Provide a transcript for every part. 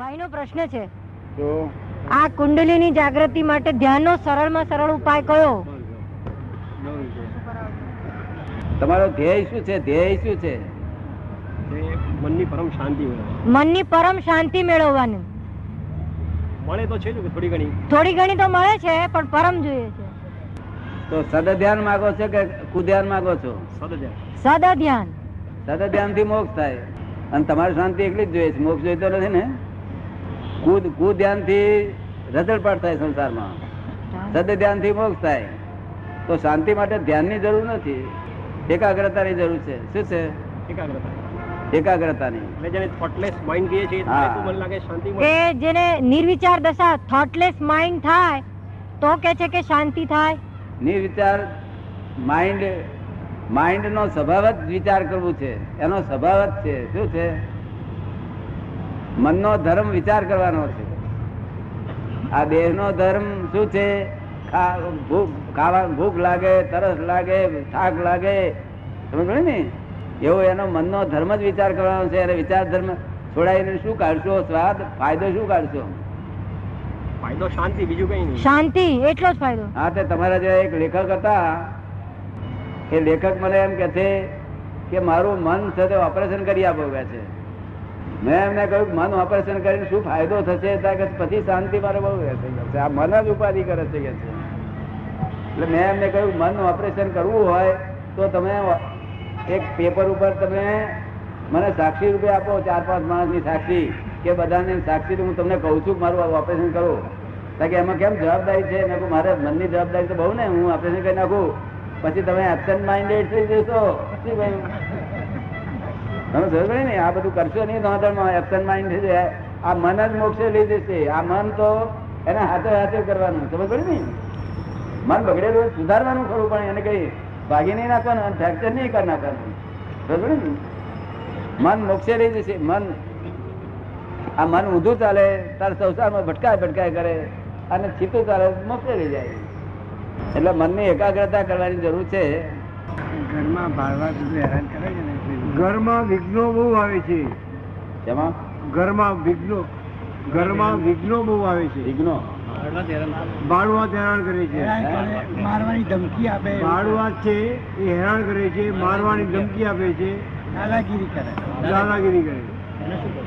ભાઈનો પ્રશ્ન છે તો આ કુંડલીની જાગૃતિ માટે ધ્યાનનો સરળમાં સરળ ઉપાય કયો તમારો ધ્યેય શું છે ધ્યેય શું છે તે મનની પરમ શાંતિ મળે મનની પરમ શાંતિ મેળવવાની મળે તો છે જ કે થોડી ઘણી થોડી ઘણી તો મળે છે પણ પરમ જોઈએ છે તો સદ ધ્યાન માગો છો કે કુધ્યાન માગો છો સદ જ આવે. સદા ધ્યાન સદ ધ્યાનથી મોક્ષ થાય અને તમારે શાંતિ એકલી જ જોઈએ છે મોક્ષ જોઈતો નથી ને કુદ કુધ્યાનથી રઝળપાટ થાય સંસારમાં સદ ધ્યાનથી મોક્ષ થાય તો શાંતિ માટે ધ્યાનની જરૂર નથી એકાગ્રતાની જરૂર છે શું છે એકાગ્રતા એકાગ્રતાની એટલે જેને થોટલેસ માઇન્ડ કહીએ છીએ હા. તો મને લાગે શાંતિ કે મળે જેને નિર્વિચાર દશા થોટલેસ માઇન્ડ થાય તો કે છે કે શાંતિ થાય નિર્વિચાર માઇન્ડ માઇન્ડ નો સ્વભાવ જ વિચાર કરવું છે એનો સ્વભાવ જ છે શું છે મનનો ધર્મ વિચાર કરવાનો છે આ દેહનો ધર્મ શું છે ખા- ભૂખ ખાવા ભૂખ લાગે તરસ લાગે થાક લાગે સમજ પડી ને એવો એનો મનનો ધર્મ જ વિચાર કરવાનો છે અને વિચાર ધર્મ છોડાવીને શું કાઢશો સ્વાદ ફાયદો શું કાઢશો ફાયદો શાંતિ બીજું કઈ નહીં શાંતિ એટલો જ ફાયદો હા તે તમારા જે એક લેખક હતા એ લેખક મને એમ કે છે કે મારું મન છે તે ઓપરેશન કરી આપો કે છે મેં એમને કહ્યું કે મન ઓપરેશન કરીને શું ફાયદો થશે તો કે પછી શાંતિ મારે બહુ રહેશે કે છે. આ મન જ ઉપાધિ કરે છે કે છે એટલે મેં એમને કહ્યું મન ઓપરેશન કરવું હોય તો તમે એક પેપર ઉપર તમે મને સાક્ષી રૂપે આપો ચાર પાંચ માણસની સાક્ષી કે બધાને સાક્ષી રૂપે હું તમને કહું છું કે મારું ઓપરેશન કરો કારણ કે એમાં કેમ જવાબદારી છે મેં કહ્યું મારે મનની જવાબદારી તો બહુ ને હું ઓપરેશન કરી નાખું પછી તમે એબસન્ટ માઇન્ડેડ થઈ જશો શું કહ્યું તમે સમજ પડી ને આ બધું કરશો નહીં તો તમે એબસન્ટ માઇન્ડ થઈ જાય આ મન જ મોક્ષે લઈ જશે આ મન તો એને હાથે હાથે કરવાનું સમજ પડી ને મન બગડેલું હોય સુધારવાનું ખરું પણ એને કઈ ભાગી નહીં નાખવાનું અને ફ્રેક્ચર નહીં કરી નાખવાનું બરોબર ને મન મોક્ષે રહી જશે મન આ મન ઊંધું ચાલે તાર સંસારમાં ભટકાય ભટકાય કરે અને છીતું ચાલે મોક્ષે રહી જાય એટલે મનની એકાગ્રતા કરવાની જરૂર છે ઘરમાં બાળવા સુધી હેરાન કરે છે ને ઘરમાં વિઘ્નો બહુ આવે છે જેમાં ઘરમાં વિઘ્નો ઘરમાં વિઘ્નો બહુ આવે છે વિઘ્નો બાળવા જ હેરાન કરે છે મારવાની ધમકી આપે બાળવા છે એ હેરાન કરે છે મારવાની ધમકી આપે છે દાદાગીરી કરે દાદાગીરી કરે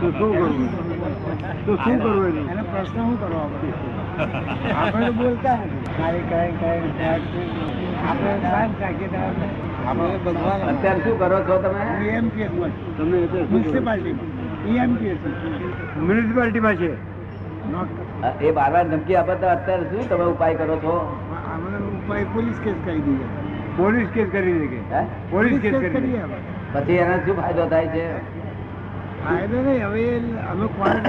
તો શું કરવું તો શું કરવું એનું એનો પ્રશ્ન શું કરો આપણે આપણે તો બોલતા નથી ખાલી કરે કરે આપણે શાંત રાખીએ તો આપણે આપણે ભગવાન અત્યારે શું કરો છો તમે હું એમપીએસમાં તમને એટલે છું શું કહેવું? મ્યુનિસિપાલિટીમાં એમપીએસમાં મ્યુનિસિપાલિટીમાં છે અ, એ બાર વાર ધમકી આપે તો અત્યારે શું તમે ઉપાય કરો છો આપણે ઉપાય પોલીસ કેસ કરી દીધો પોલીસ કેસ કરી દે કે હે? પોલીસ કેસ કરી કરીએ દે આપણે પછી એને શું ફાયદો થાય છે ફાયદો નહીં હવે એ અમે કોર્ટ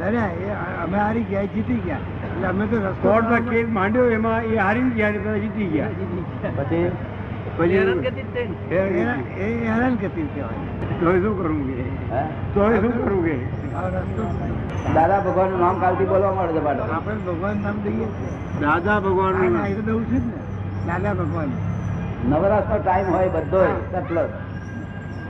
લડ્યા એ અમે હારી ગયા એ જીતી ગયા એટલે અમે તો રસ્તો કોર્ટમાં કેસ માંડ્યો એમાં એ હારી ગયા ને પેલા જીતી ગયા જીતી ગયા પછી પછી એ- હેરાન એ હેરાન કરતી કહેવાય ગતિ. તો હવે શું કરવું કે હે? તો હવે શું કરવું કે આ રસ્તો દાદા ભગવાન નું નામ કાલથી બોલવા માંડો છે પાછો. આપણે ભગવાન નામ દઈએ છીએ દાદા ભગવાન આ ના, એ તો દઉં છું જ ને દાદા ભગવાન નવરાશનો ટાઈમ હોય બધોય સટલો.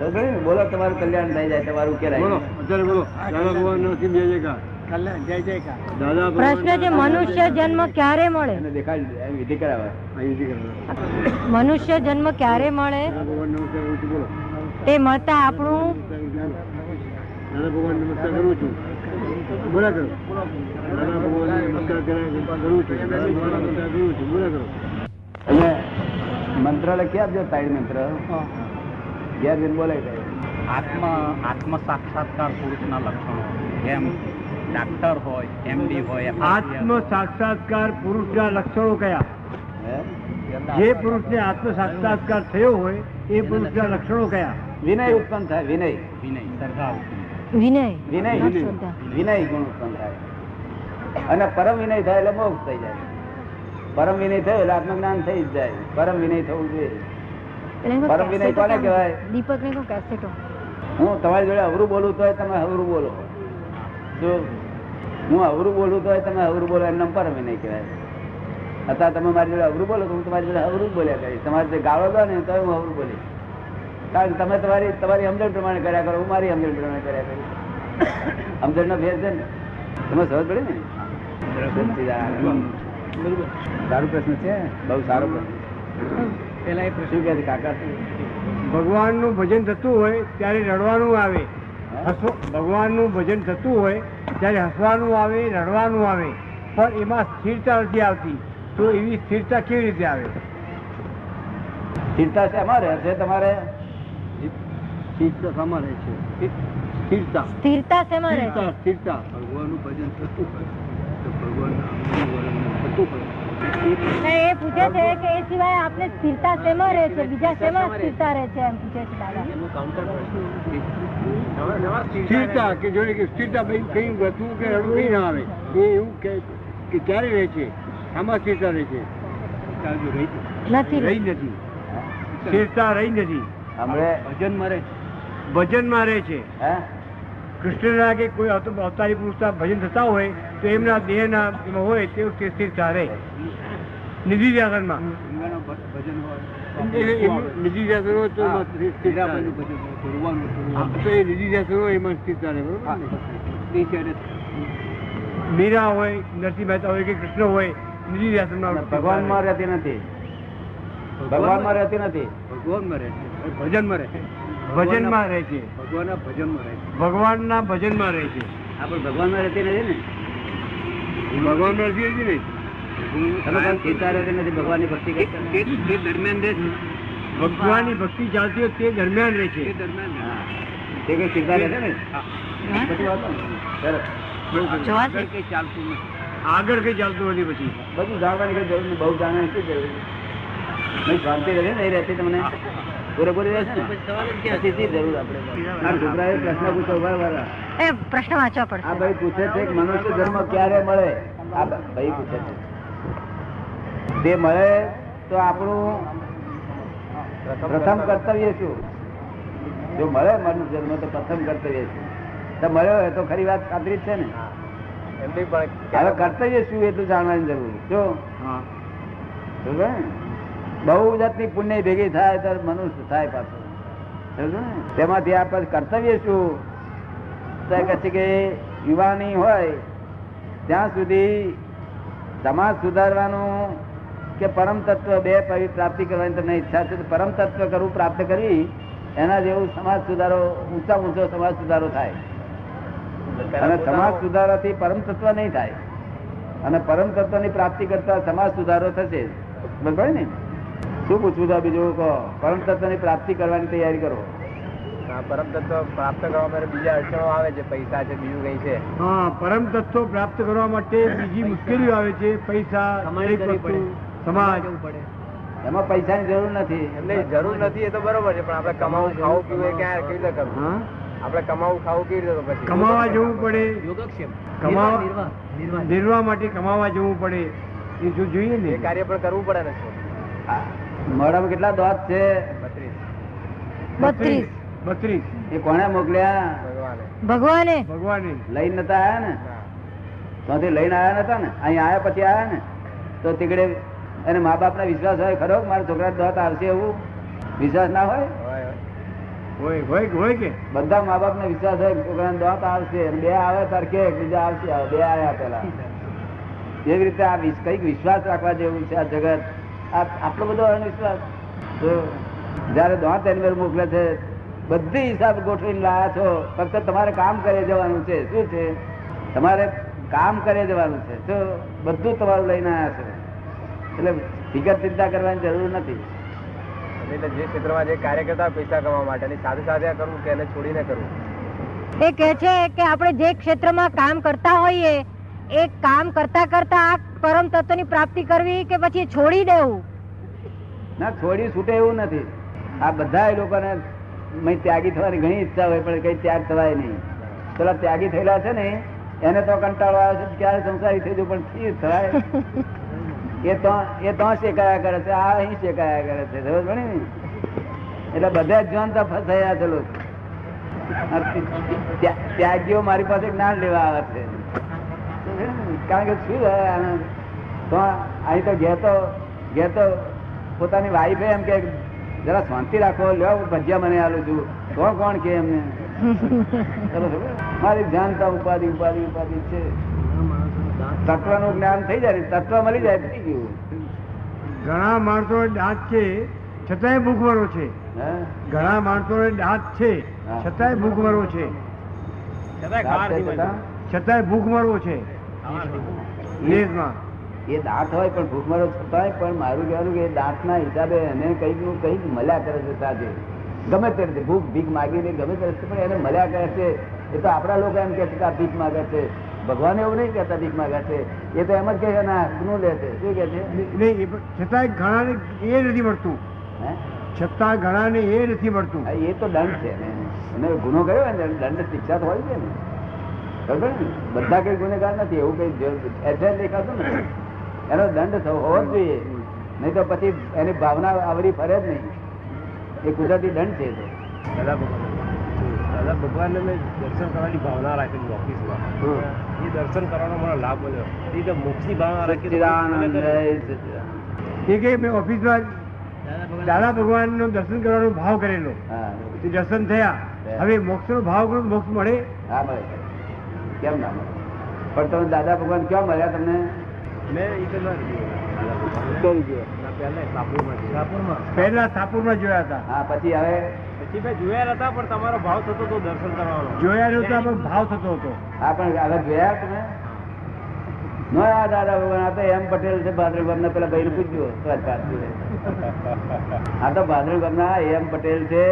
સમજ્યો ને? બોલો તમારું કલ્યાણ થઈ જાય તમારું ઉકેલાય બોલો અત્યારે જાય. બોલો દાદા ભગવાન નો સિંહ જય જયકાર કલ્યાણ જય જયકાર દાદા ભગવાન પ્રશ્ન છે મનુષ્ય જન્મ ક્યારે મળે એને દેખાડી દે, એમ વિધિ કરાવે અહીંથી કરો દાદા મનુષ્ય જન્મ ક્યારે મળે ભગવાન નમસ્કાર કરું છું બોલો તે મળતા આપણું દાદા ભગવાન નમસ્કાર કરું છું બોલા કરો દાદા ભગવાન નમસ્કાર કર્યા કરું છું દાદા ભગવાન નમસ્કાર કરું છું બોલા કરો અને મંત્ર લખી આપજો ત્રણ મંત્ર ઘેર જઈને બોલાય જાય. આત્મ આત્મ સાક્ષાત્કાર પુરુષના લક્ષણો જેમ ડાક્ટર હોય એમડી હોય આત્મ સાક્ષાત્કાર પુરુષના લક્ષણો કયા હે? જે પુરુષને આત્મ સાક્ષાત્કાર થયો હોય એ પુરુષના લક્ષણો કયા વિનય ઉત્પન્ન થાય વિનય વિનય સદભાવ વિનય વિનય ન શ્રદ્ધા. વિનય ગુણ ઉત્પન્ન થાય અને પરમ વિનય થાય એટલે મોક્ષ થઈ જાય પરમ વિનય થયો એટલે આત્મજ્ઞાન થઈ જ જાય પરમ વિનય થવું જોઈએ એને કોઈ પરમ વિનય cassette કોને આપો. કહેવાય? દીપકને કોઈ cassette આપો. હું તમારી જોડે અવરું બોલું તોય તમે અવરું બોલો જો હું અવરું બોલું તોય તમે અવરું બોલો એમ નંબર અમે નહીં કહેવાય અત્યારે તમે મારી જોડે અવરું બોલો તો હું તમારી જોડે અવરું જ બોલ્યા કરીશ તમારે જે ગાળો દો ને તો હું અવરું બોલીશ કારણ કે તમે તમારી તમારી સમજણ પ્રમાણે કર્યા કરો હું મારી સમજણ પ્રમાણે કર્યા કરીશ સમજણનો ભેદ છે ને તમે સમજ પડી ને સચ્ચિદાનંદ. સારો પ્રશ્ન છે બહુ સારો પ્રશ્ન પેલા એ પ્રશ્ન કહે છે કાકા ભગવાન નું ભજન થતું હોય ત્યારે રડવાનું આવે હસો ભગવાન નું ભજન થતું હોય ત્યારે હસવાનું આવે રડવાનું આવે પણ એમાં સ્થિરતા નથી આવતી તો એવી સ્થિરતા કેવી રીતે આવે ચિંતા છે અમારે છે તમારે સ્થિરતા સામા રહે છે સ્થિરતા સ્થિરતા શેમાં રહે છે? સ્થિરતા સ્થિરતા ભગવાનનું ભજન થતું હોય તો ભગવાન થતું હોય ને એ પૂછે છે કે એ સિવાય આપને સ્થિરતા શેમાં રહે છે બીજા શેમાં સ્થિરતા રહે છે એમ પૂછે છે દાદા એનું કાઉન્ટર નવા નવા સ્થિરતા કે જોડે કે સ્થિરતા ભાઈ કઈ વધવું કે રડવું કઈ ના આવે એ એવું કે કે ક્યારે રહે છે આમાં સ્થિરતા રહે છે નથી રહી રહી. નથી સ્થિરતા રહી નથી હમણે ભજન મારે ભજનમાં રહે છે હે કૃષ્ણના કે કોઈ અવત- અવતારી પુરુષના ભજન થતા હોય તો એમના દેહના એમાં હોય તે તે સ્થિરતા રહે નિધિ જાગરણમાં ભજન હોય નિધિ જાતર હોય તો એમાં સ્થિરતા રહે. હા, તો એ નિધિ જાતર હોય એમાં સ્થિરતા રહે બરોબર ને? મીરા હોય નરસિંહ મહેતા હોય કે કૃષ્ણ હોય નિધિ જાગરણમાં ભગવાન માં રહેતી નથી ભગવાન માં રહેતી નથી ભગવાનમાં રહે છે ભજનમાં રહે છે ભજનમાં રહે છે ભગવાનના ભજનમાં રહે છે ભગવાનના ભજનમાં રહે છે આ પણ ભગવાન માં રહેતી નથી ને ભગવાન નથી જ ને તમે પણ ચિંતા રહેતી નથી ભગવાન ની ભક્તિ કરતા નથી. દરમિયાન રહે છે ભગવાનની ભક્તિ ચાલતી હોય તે દરમિયાન રહે છે દરમિયાન રહે હા. તે કોઈ ચિંતા રહેતી ને બધી વાતો ને. સરસ. આગળ કઈ ચાલતું નથી પછી બધું જાણવાની કઈ જરૂર નહીં બહુ જાણવાની શું જરૂર નહીં શાંતિ રહે ને નહીં રહેતી તમને પૂરેપૂરી રહેશે ને પછી શી જરૂર આપણે આ છોકરાએ પ્રશ્ન પૂછો ઉભા ઉભા રહો. એ પ્રશ્ન વાંચવા આ પડશે ભાઈ પૂછે છે કે મનુષ્ય જન્મ ક્યારે મળે આ ભાઈ પૂછે છે તે મળે તો આપણું પ્રથમ કર્તવ્ય શું જો મળે મનુષ્ય જન્મ તો પ્રથમ કર્તવ્ય શું તો મળ્યો હોય તો ખરી વાત ખાતરી જ છે ને એમ બી પણ હવે કર્તવ્ય શું એટલું જાણવાની જરૂર જો હા સમજો ને? બહુ જાતની પુણ્ય ભેગી થાય ત્યારે મનુષ્ય થાય પાછું સમજો ને? તેમાંથી આપણે કર્તવ્ય શું તો એ કહે છે કે યુવાની હોય ત્યાં સુધી સમાજ સુધારવાનું કે પરમ તત્વ બે પવિ પ્રાપ્તિ કરવાની તમને ઈચ્છા છે તો પરમ તત્વ કરવું પ્રાપ્ત કરી એના જેવું સમાજ સુધારો ઊંચા ઊંચો સમાજ સુધારો થાય અને સમાજ સુધારાથી પરમ તત્વ નહીં થાય અને પરમ તત્વની પ્રાપ્તિ કરતા સમાજ સુધારો થશે બરાબર ને શું પૂછવું છે બીજું કહો પરમ તત્વની પ્રાપ્તિ કરવાની તૈયારી કરો પરમ તત્વ પ્રાપ્ત કરવા માટે બીજા અડચણો આવે છે પૈસા છે બીજું કઈ છે હા પરમ તત્વ પ્રાપ્ત કરવા માટે બીજી મુશ્કેલીઓ આવે છે પૈસા દરેક વસ્તુ સમાજ એમાં પૈસાની જરૂર નથી એટલે જરૂર નથી એ તો બરોબર છે પણ આપણે કમાવું ખાવું પીવું એ ક્યાં કેવી રીતે કરવું હા આપણે કમાવું ખાવું કેવી રીતે પછી કમાવા જવું પડે કમાવા નિર્વાહ માટે કમાવા જવું પડે એ જો જોઈએ એ ને કાર્ય પણ કરવું પડે ને શું આ મોઢામાં કેટલા દાંત છે બત્રીસ બત્રીસ બત્રીસ એ કોણે મોકલ્યા ભગવાને ભગવાને ભગવાને લઈને નતા આયા ને ના. ત્યાંથી લઈને આયા નતા ને અહીં આયા પછી આયા ને તો તીકડે એને મા બાપને વિશ્વાસ હોય ખરો કે મારા છોકરા દાંત આવશે એવું વિશ્વાસ ના હોય હોય, હોય. હોય હોય કે હોય કે બધા મા બાપને વિશ્વાસ હોય કે છોકરાને દાંત આવશે અને બે આવે તાર કે બીજા આવશે આવે. બે આયા પેલા એવી રીતે આ વિશ- કંઈક વિશ્વાસ રાખવા જેવું છે આ જગત આ આટલો બધો અવિશ્વાસ તો જ્યારે દાંત એની પર મોકલે છે બધી હિસાબ ગોઠવીને લાયા છો ફક્ત તમારે કામ કરે જવાનું છે શું છે તમારે કામ કરે જવાનું છે તો બધું તમારું લઈને આવ્યા છો એટલે વિગત ચિંતા કરવાની જરૂર નથી એટલે જે ક્ષેત્રમાં જે કાર્ય કરતા હોય પૈસા કમાવા માટે એની સાથે સાથે આ કરવું કે એને છોડીને કરવું એ કહે છે કે આપણે જે ક્ષેત્રમાં કામ કરતા હોઈએ એ કામ કરતા કરતા આ પરમ તત્વની પ્રાપ્તિ કરવી કે પછી છોડી દેવું ના છોડી છૂટે એવું નથી આ બધા એ લોકોને મય ત્યાગી થવાની ઘણી ઈચ્છા હોય પણ કઈ ત્યાગ થવાય નહીં પેલા ત્યાગી થયેલા છે ને એને તો કંટાળો આવે છે ક્યારે સંસારી થઈ જવું પણ શી થવાય એ તો એ તો શેકાયા કરે છે આ અહીં શેકાયા કરે છે સમજ પડી ને એટલે બધા જ જાણતા ફસાયા છે લોકો આ ત્યા- ત્યાગીઓ મારી પાસે જ્ઞાન લેવા આવે છે કારણ કે શું હવે આને તો અહીં તો ઘેર તો ઘેર તો પોતાની વાઈફે એમ કે જરા શાંતિ રાખો લ્યો હું ભજીયા મને આલું છું કોણ કોણ કે એમને ખરો છે ને? મારી ધ્યાનતા ઉપાધિ ઉપાધિ ઉપાધિ છે તત્વનું જ્ઞાન થઈ જાય ને, તત્વ મળી જાય થઈ ગયું ઘણા માણસો દાંત છે છતાંય ભૂખમરો છે હે? ઘણા માણસો દાંત છે હા. છતાંય ભૂખમરો છે દાંત છે છતાં? છતાંય ભૂખમરો છે લેઝમાં એ દાંત હોય પણ ભૂખમરો છતાંય પણ મારું કહેવાનું કે એ દાંતના હિસાબે એને કંઈક નું કંઈક મળ્યા કરે છે સાથે ગમે તે રીતે ભૂખ ભીખ માગીને ગમે તે રીતે પણ એને મળ્યા કરે છે એ તો આપણા લોકો એમ કહે છે કે આ ભીખ માગે છે ભગવાન એવું નહીં કહેતા ભીખ માગે છે એ તો એમ જ કહે છે, એના હકનું લે છે શું કહે છે નહીં એ પણ- છતાંય ઘણાને એ નથી મળતું હે? છતાં ઘણાને એ નથી મળતું હા, એ તો દંડ છે ને એને ગુનો કર્યો હોય ને ત્યારે દંડ શિક્ષા તો હોય છે ને ખબર ને બધા કઈ ગુનેગાર નથી એવું કઈ એડ્રેસ દેખાતું ને એનો દંડ થવો હોવો જ જોઈએ નહીં તો પછી એની ભાવના આવરી ફરે જ નહીં એ કુદરતી દંડ છે એ તો દાદા ભગવાન દાદા ભગવાનને મેં દર્શન કરવાની ભાવના રાખેલી ઓફિસમાં એ દર્શન કરવાનો મને લાભ મળ્યો એ રીતે મોક્ષની ભાવના રાખી સચ્ચિદાનંદ સચ્ચિદાનંદ. એ કે મેં ઓફિસમાં દાદા ભગવાનનું દર્શન કરવાનો ભાવ કરેલો હા તે દર્શન થયા હવે મોક્ષનો ભાવ કરો મોક્ષ મળે હા મળે છે. કેમ ના મળે પણ તમે દાદા ભગવાન ક્યાં મળ્યા તમને મેં એ તો ના લીધું કઈ ગયો પહેલા સાપુરમાં સાપુરમાં પહેલા સાપુરમાં જોયા હતા હા પછી હવે પછી મેં જોયા હતા પણ તમારો ભાવ થતો તો દર્શન કરવાનો જોયા નહોતા પણ ભાવ થતો હતો હા પણ હવે ગયા તમે ન આ દાદા ભગવાન આ તો એમ પટેલ છે ભાદરવી ગામના પેલા ભાઈને પૂછ્યું તો જ પાછું રહે. આ તો ભાદરવી ગામના એમ પટેલ છે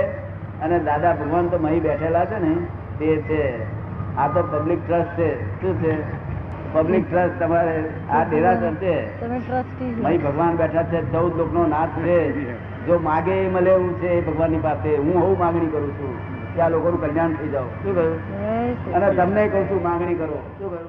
અને દાદા ભગવાન તો મહી બેઠેલા છે ને તે છે આ તો પબ્લિક ટ્રસ્ટ છે શું છે પબ્લિક ટ્રસ્ટ તમારે આ દેરાસર છે તમે ટ્રસ્ટી છો. મહી ભગવાન બેઠા છે ચૌદ લોકનો નાથ છે જો માગે એ મળે એવું છે એ ભગવાનની પાસે હું હું માગણી કરું છું કે આ લોકોનું કલ્યાણ થઈ જાવ શું કહ્યું જય શ્રી અને તમને કહું છું માંગણી કરો શું કરું